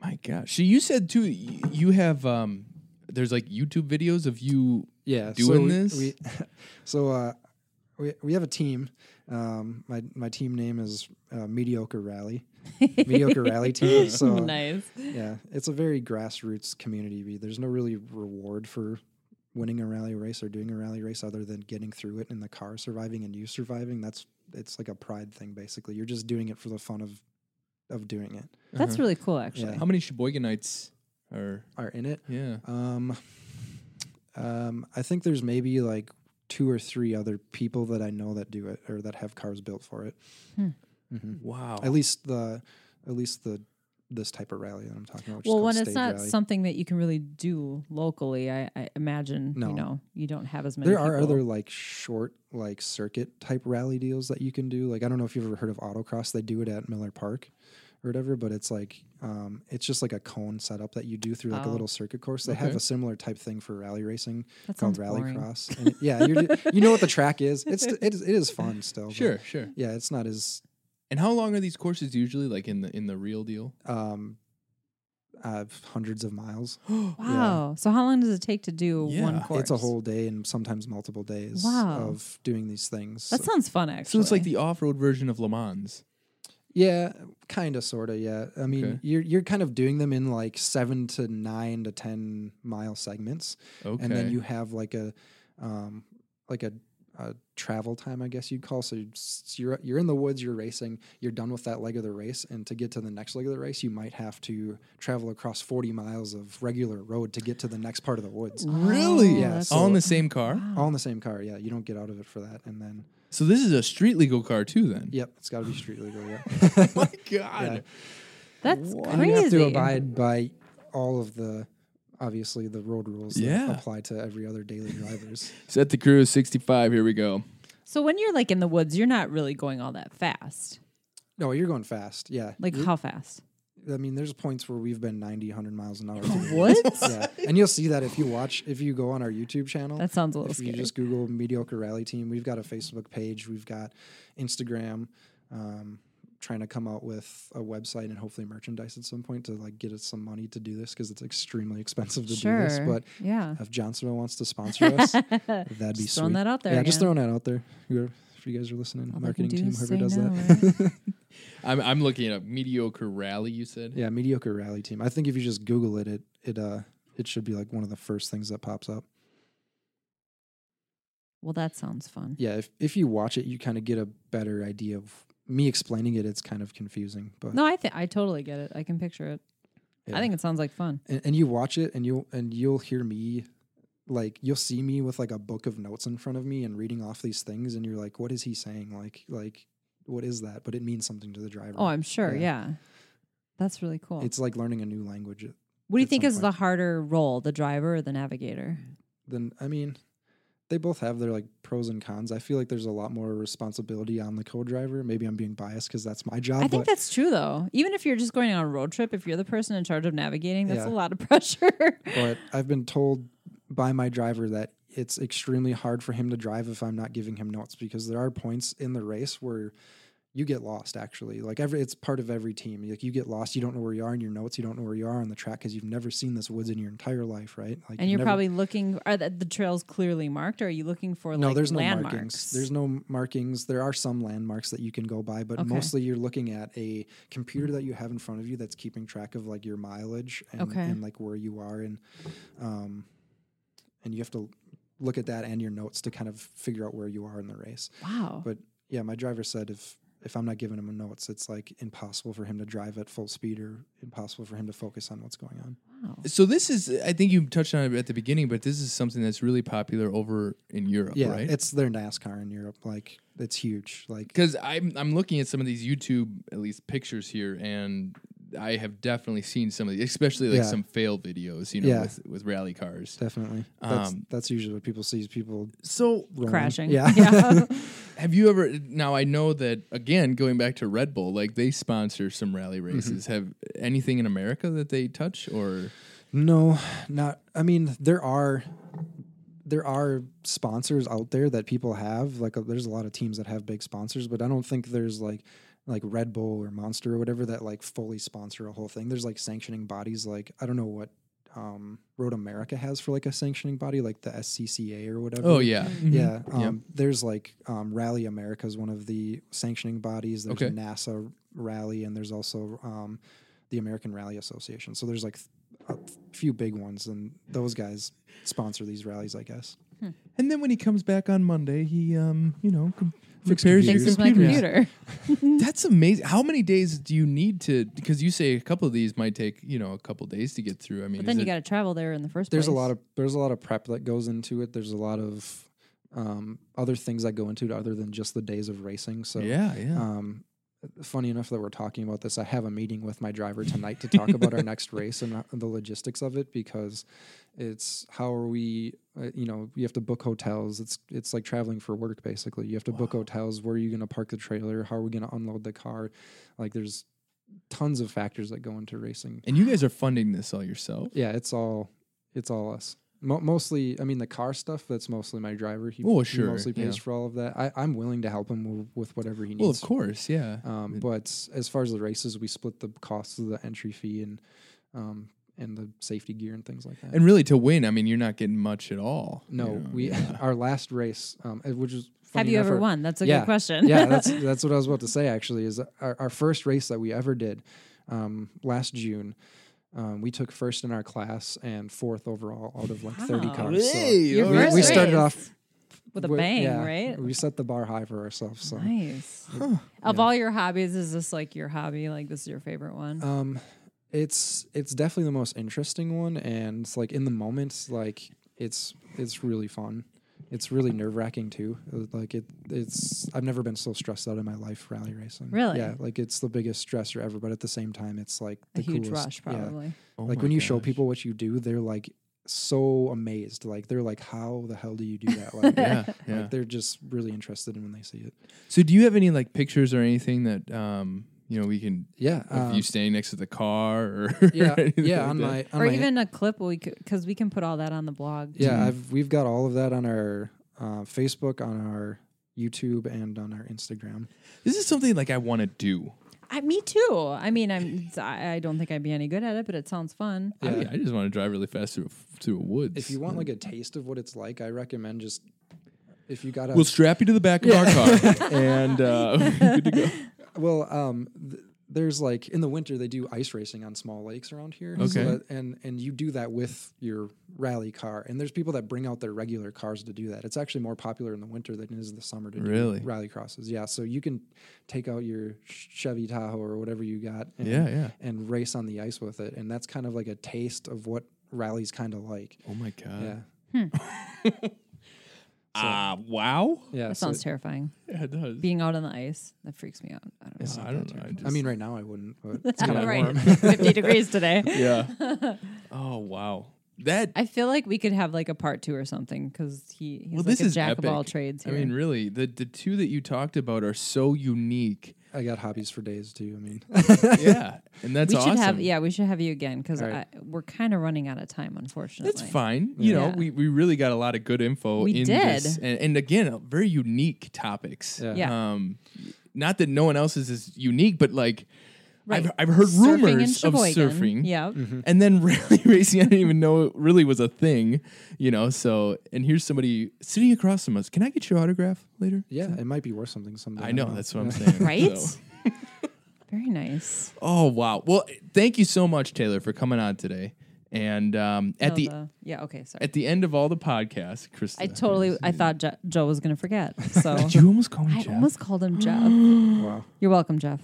S1: My gosh. So you said too. y- You have um. There's like YouTube videos of you.
S3: yeah
S1: doing
S3: so we-
S1: this?
S3: we, so uh we, we have a team um my my team name is uh, mediocre rally mediocre rally team so uh,
S2: nice.
S3: yeah it's a very grassroots community We- there's no really reward for winning a rally race or doing a rally race other than getting through it in the car surviving and you surviving that's it's like a pride thing basically you're just doing it for the fun of of doing it
S2: That's really cool, actually.
S3: uh-huh. Yeah.
S1: uh-huh. How many Sheboyganites are?
S3: are in it
S1: Yeah.
S3: Um, um, I think there's maybe like two or three other people that I know that do it or that have cars built for it.
S2: Hmm.
S3: hmm
S1: Wow.
S3: At least the, at least the, this type of rally that I'm talking about. which is
S2: Well,
S3: called
S2: when it's
S3: stage
S2: not
S3: rally.
S2: something that you can really do locally, I, I imagine
S3: No.
S2: you know you don't have as many.
S3: there are
S2: people.
S3: other like short like circuit type rally deals that you can do. Like I don't know if you've ever heard of autocross. They do it at Miller Park or whatever, but it's like um, it's just like a cone setup that you do through like a
S2: Oh.
S3: little circuit course. They have
S1: Okay.
S3: a similar type thing for rally racing.
S2: that
S3: called
S2: sounds
S3: Rally
S2: boring.
S3: Cross. And it- yeah, you're, you know what the track is. It's it is, it is fun still. but
S1: Sure. Sure.
S3: Yeah, it's not as
S1: And how long are these courses usually? Like in the in the real deal?
S3: um, uh, hundreds of miles.
S2: Wow. So how long does it take to do one
S1: Yeah.
S2: course?
S3: It's a whole day and sometimes multiple days
S2: Wow.
S3: of doing these things.
S2: That
S3: So-
S2: sounds fun, actually.
S1: So it's like the off road version of Le Mans.
S3: yeah, kind of, sort of. Yeah, I mean,
S1: Okay.
S3: you're you're kind of doing them in like seven to nine to ten mile segments.
S1: Okay.
S3: and then you have like a um like a, a travel time i guess you'd call so you're, s- you're you're in the woods you're racing you're done with that leg of the race and to get to the next leg of the race you might have to travel across 40 miles of regular road to get to the next part of the woods
S1: really
S2: Oh,
S3: Yeah,
S2: that's-
S1: all in
S3: so-
S1: the same car.
S3: all in the same car yeah you don't get out of it for that and then
S1: So this is a street legal car too. Then.
S3: yep it's got to be street legal yeah
S1: My God.
S3: Yeah.
S2: that's
S3: And you have
S2: crazy.
S3: to abide by all of the obviously the road rules that
S1: Yeah.
S3: apply to every other daily drivers
S1: Set the cruise 65. Here we go.
S2: So when you're like in the woods, you're not really going all that fast.
S3: no you're going fast yeah
S2: Like how fast?
S3: I mean, there's points where we've been 90, 100 miles an hour.
S2: What?
S3: yeah. And you'll see that if you watch, if you go on our YouTube channel.
S2: That sounds a little
S3: If you
S2: scary.
S3: just Google Mediocre Rally Team, we've got a Facebook page, we've got Instagram. Um, trying to come out with a website and hopefully merchandise at some point to like get us some money to do this because it's extremely expensive to do this.
S2: sure.
S3: But
S2: yeah.
S3: if Johnsonville wants to sponsor us, that'd be
S2: Just
S3: sweet.
S2: throwing that out there.
S3: yeah, just
S2: again.
S3: throwing that out there. Whoever- If you guys are listening,
S2: All they can
S3: marketing
S2: do
S3: team,
S2: is
S3: whoever
S2: say
S3: does
S2: no,
S3: that.
S2: right?
S1: I'm I'm looking at a mediocre rally. You said.
S3: Yeah, mediocre rally team. I think if you just Google it, it it uh it should be like one of the first things that pops up.
S2: Well, that sounds fun.
S3: Yeah, if if you watch it, you kind of get a better idea of me explaining it. It's kind of confusing, but
S2: No, I think I totally get it. I can picture it.
S3: yeah.
S2: I think it sounds like fun.
S3: And, and you watch it, and you'll and you'll hear me, like you'll see me with like a book of notes in front of me and reading off these things, and you're like, what is he saying? Like like what is that? But it means something to the driver.
S2: Oh, I'm sure.
S3: Yeah.
S2: Yeah. That's really cool.
S3: it's like learning a new language.
S2: what do you
S3: at
S2: think
S3: some
S2: is
S3: point.
S2: the harder role, the driver or the navigator?
S3: then I mean, they both have their like pros and cons. I feel like there's a lot more responsibility on the co-driver. Maybe I'm being biased because that's my job.
S2: I think
S3: but
S2: that's true though. Even if you're just going on a road trip, if you're the person in charge of navigating, that's
S3: Yeah.
S2: a lot of pressure.
S3: but I've been told by my driver that it's extremely hard for him to drive if I'm not giving him notes because there are points in the race where you get lost actually like every it's part of every team like you get lost you don't know where you are in your notes you don't know where you are on the track because you've never seen this woods in your entire life right like
S2: And you're
S3: you've never-
S2: probably looking. Are the, the trails clearly marked? Or are you looking for
S3: no
S2: like
S3: there's no
S2: landmarks?
S3: markings there's no markings there are some landmarks that you can go by but
S2: Okay.
S3: mostly you're looking at a computer that you have in front of you that's keeping track of like your mileage and,
S2: Okay.
S3: and like where you are and um and you have to look at that and your notes to kind of figure out where you are in the race
S2: wow.
S3: but yeah, my driver said if if I'm not giving him notes, it's like impossible for him to drive at full speed or impossible for him to focus on what's going on.
S2: wow.
S1: So this is, I think you touched on it at the beginning, but this is something that's really popular over in Europe,
S3: Yeah,
S1: right?
S3: it's their NASCAR in Europe. Like it's huge. Like
S1: Because I'm I'm looking at some of these YouTube at least pictures here, and I have definitely seen some of these, especially like
S3: Yeah.
S1: some fail videos, you know,
S3: Yeah.
S1: with, with rally cars.
S3: definitely, that's
S1: Um,
S3: that's usually what people see is people
S1: So
S3: rolling.
S2: Crashing.
S3: Yeah,
S2: Yeah.
S1: Have you ever? Now I know that again, going back to Red Bull, like they sponsor some rally
S3: Mm-hmm.
S1: races. Have anything in America that they touch or?
S3: no, not. I mean, there are there are sponsors out there that people have. Like, uh, there's a lot of teams that have big sponsors, but I don't think there's like like Red Bull or Monster or whatever that like fully sponsor a whole thing. There's like sanctioning bodies. Like, I don't know what um, Road America has for like a sanctioning body, like the SCCA or whatever.
S1: Oh yeah,
S3: Yeah, um,
S1: Yeah.
S3: there's like um, Rally America is one of the sanctioning bodies. There's
S1: Okay.
S3: NASA Rally, and there's also um, the American Rally Association. So there's like th- a few big ones, and those guys sponsor these rallies, I guess.
S1: And then when he comes back on Monday, he um you know com-
S3: Fix
S1: repairs your
S3: computers.
S2: Fixes my
S1: computers.
S2: computer.
S1: That's amazing. How many days do you need to? Because you say a couple of these might take you know a couple days to get through. I mean,
S2: But
S1: is
S2: then you got
S1: it-
S2: to travel there in the first place.
S3: There's a lot of there's a lot of prep that goes into it. There's a lot of um, other things that go into it other than just the days of racing. So
S1: yeah yeah.
S3: Um, funny enough that we're talking about this, I have a meeting with my driver tonight to talk about our next race and uh, the logistics of it because it's how are we, uh, you know, you have to book hotels. It's it's like traveling for work basically. You have to book hotels. Where are you going to park the trailer? How are we going to unload the car? Like there's tons of factors that go into racing.
S1: and you guys are funding this all yourself.
S3: Yeah, it's all it's all us. Mo- mostly, I mean, the car stuff. That's mostly my driver. He,
S1: Oh,
S3: he
S1: sure,
S3: mostly pays
S1: yeah.
S3: for all of that. I, I'm willing to help him w- with whatever he needs.
S1: Well, of course, yeah.
S3: Um, but as far as the races, we split the costs of the entry fee and um, and the safety gear and things like that.
S1: and really to win, I mean, you're not getting much at all. you
S3: no,
S1: know?
S3: we
S1: Yeah.
S3: our last race, um, uh, which is
S2: Have
S3: funny
S2: you
S3: enough,
S2: ever
S3: our-
S2: won? That's a
S3: yeah,
S2: good question.
S3: yeah, that's that's what I was about to say. Actually, is our, our first race that we ever did um, last June. Um, we took first in our class and fourth overall out of like 30
S2: Wow.
S3: cars. So
S2: Your
S3: we,
S2: first
S3: we started
S2: race.
S3: off
S2: with a
S3: wi-
S2: bang,
S3: yeah,
S2: right?
S3: We set the bar high for ourselves. So
S2: Nice. Of all your hobbies, is this like your hobby? Like this is your favorite one?
S3: Um, it's it's definitely the most interesting one, and it's like in the moment, like it's it's really fun. It's really nerve wracking too. Uh, Like it, it's I've never been so stressed out in my life rally racing.
S2: Really?
S3: Yeah, like it's the biggest stressor ever. But at the same time, it's like
S2: a
S3: the
S2: huge
S3: coolest.
S2: rush,
S3: yeah.
S2: probably.
S1: Oh
S3: like
S1: my
S3: when you show
S1: gosh.
S3: people what you do, they're like so amazed. Like they're like, "How the hell do you do that?" Like,
S1: Yeah, yeah.
S3: like they're just really interested in when they see it.
S1: So, do you have any like pictures or anything that um you know we can
S3: Yeah.
S1: of
S3: um,
S1: you standing next to the car or
S3: yeah.
S1: anything
S3: Yeah.
S1: like
S3: On
S1: that?
S3: my on
S2: or
S3: my
S2: even a clip we because we can put all that on the blog.
S3: Yeah,
S1: Mhm.
S3: I've we've got all of that on our uh, Facebook, on our YouTube, and on our Instagram.
S1: this is something like I want to do.
S2: I, me too. I mean, I'm. it's- I, I don't think I'd be any good at it, but it sounds fun.
S1: I,
S3: Yeah.
S1: mean, I just want to drive really fast through a, through a woods.
S3: Uh, If you want like a taste of what it's like, I recommend just if you got a
S1: we'll strap you to the back of our car and uh, good to go.
S3: well, um, th- there's like in the winter they do ice racing on small lakes around here. So
S1: Okay.
S3: that- and and you do that with your rally car, and there's people that bring out their regular cars to do that. It's actually more popular in the winter than it is in the summer to
S1: Really?
S3: do rally crosses. Yeah, so you can take out your Chevy Tahoe or whatever you got. And
S1: Yeah, yeah.
S3: and race on the ice with it. And that's kind of like a taste of what rallies kind of like.
S1: Oh my god.
S3: yeah.
S1: Ah, wow.
S3: Yeah.
S2: That
S3: so-
S2: sounds terrifying.
S1: Yeah, it does.
S2: Being out on the ice that freaks me out. I don't know.
S1: Yeah, I don't know. I,
S3: I
S1: just-
S3: mean, right now I wouldn't, but it's kind of
S2: All right,
S3: warm.
S2: fifty degrees today.
S1: yeah.
S2: Uh-huh.
S1: Oh wow. That
S2: I feel like we could have like a part two or something because he he's
S1: well,
S2: like
S1: this
S2: a
S1: is
S2: jack
S1: epic.
S2: of all trades.
S1: I
S2: Here.
S1: mean, really, the the two that you talked about are so unique.
S3: I got hobbies for days too. I mean,
S1: yeah, and that's
S2: we should
S1: awesome.
S2: have yeah, we should have you again because
S3: All right.
S2: we're kind of running out of time, unfortunately.
S1: That's fine. You know,
S2: Yeah.
S1: we, we really got a lot of good info
S2: We
S1: in
S2: did.
S1: this. And, and again, uh, very unique topics.
S3: Yeah.
S2: Yeah.
S1: Um, not that no one else's is unique, but like
S2: Right.
S1: I've, I've heard
S2: Surfing in
S1: rumors of
S2: Sheboygan.
S1: surfing. Mm.
S2: Yep.
S1: And then rally racing, I didn't even know it really was a thing, you know. So, and here's somebody sitting across from us. Can I get your autograph later?
S3: Yeah, it might be worth something someday.
S1: I know that's what I'm saying.
S2: Right?
S1: So-
S2: Very nice.
S1: oh wow. Well, thank you so much, Taylor, for coming on today. And um, at
S2: Oh,
S1: the
S2: yeah, okay, sorry.
S1: at the end of all the podcasts, Krista,
S2: I totally I thought jo- Joe was gonna forget. So
S1: you almost call me
S2: I
S1: Jeff.
S2: almost called him Jeff.
S3: Wow.
S2: You're welcome, Jeff.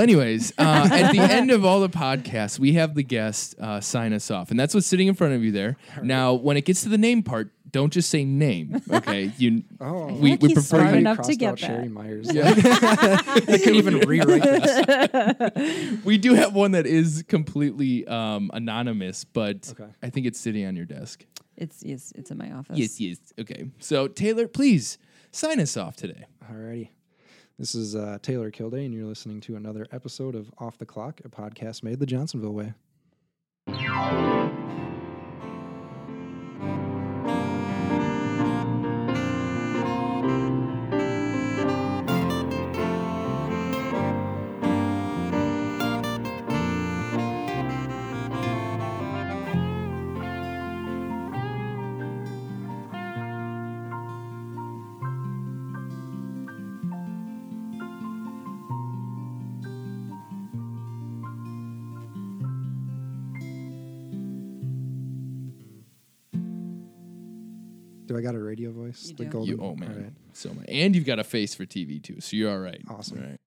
S1: anyways, uh, at the end of all the podcasts, we have the guest uh, sign us off, and that's what's sitting in front of you there. Now, when it gets to the name part, don't just say name, okay? You,
S3: Oh. I feel
S1: we,
S2: like
S1: we
S2: he's
S1: prefer
S2: smart
S1: you,
S2: enough to
S3: crossed
S2: get
S3: out Sherry
S2: that.
S3: Myers. Yeah. I couldn't even rewrite this.
S1: We do have one that is completely um, anonymous, but
S3: Okay.
S1: I think it's sitting on your desk.
S2: It's it's it's in my office.
S1: Yes, yes. Okay, so Taylor, please sign us off today.
S3: Alrighty. This is uh, Taylor Kilday, and you're listening to another episode of Off the Clock, a podcast made the Johnsonville way. Do I got a radio voice?
S2: You
S3: the
S2: do.
S3: golden.
S1: You, oh
S3: All
S1: man,
S3: right.
S1: so much. And you've got a face for TV too, so you're all right.
S3: Awesome.
S1: All right.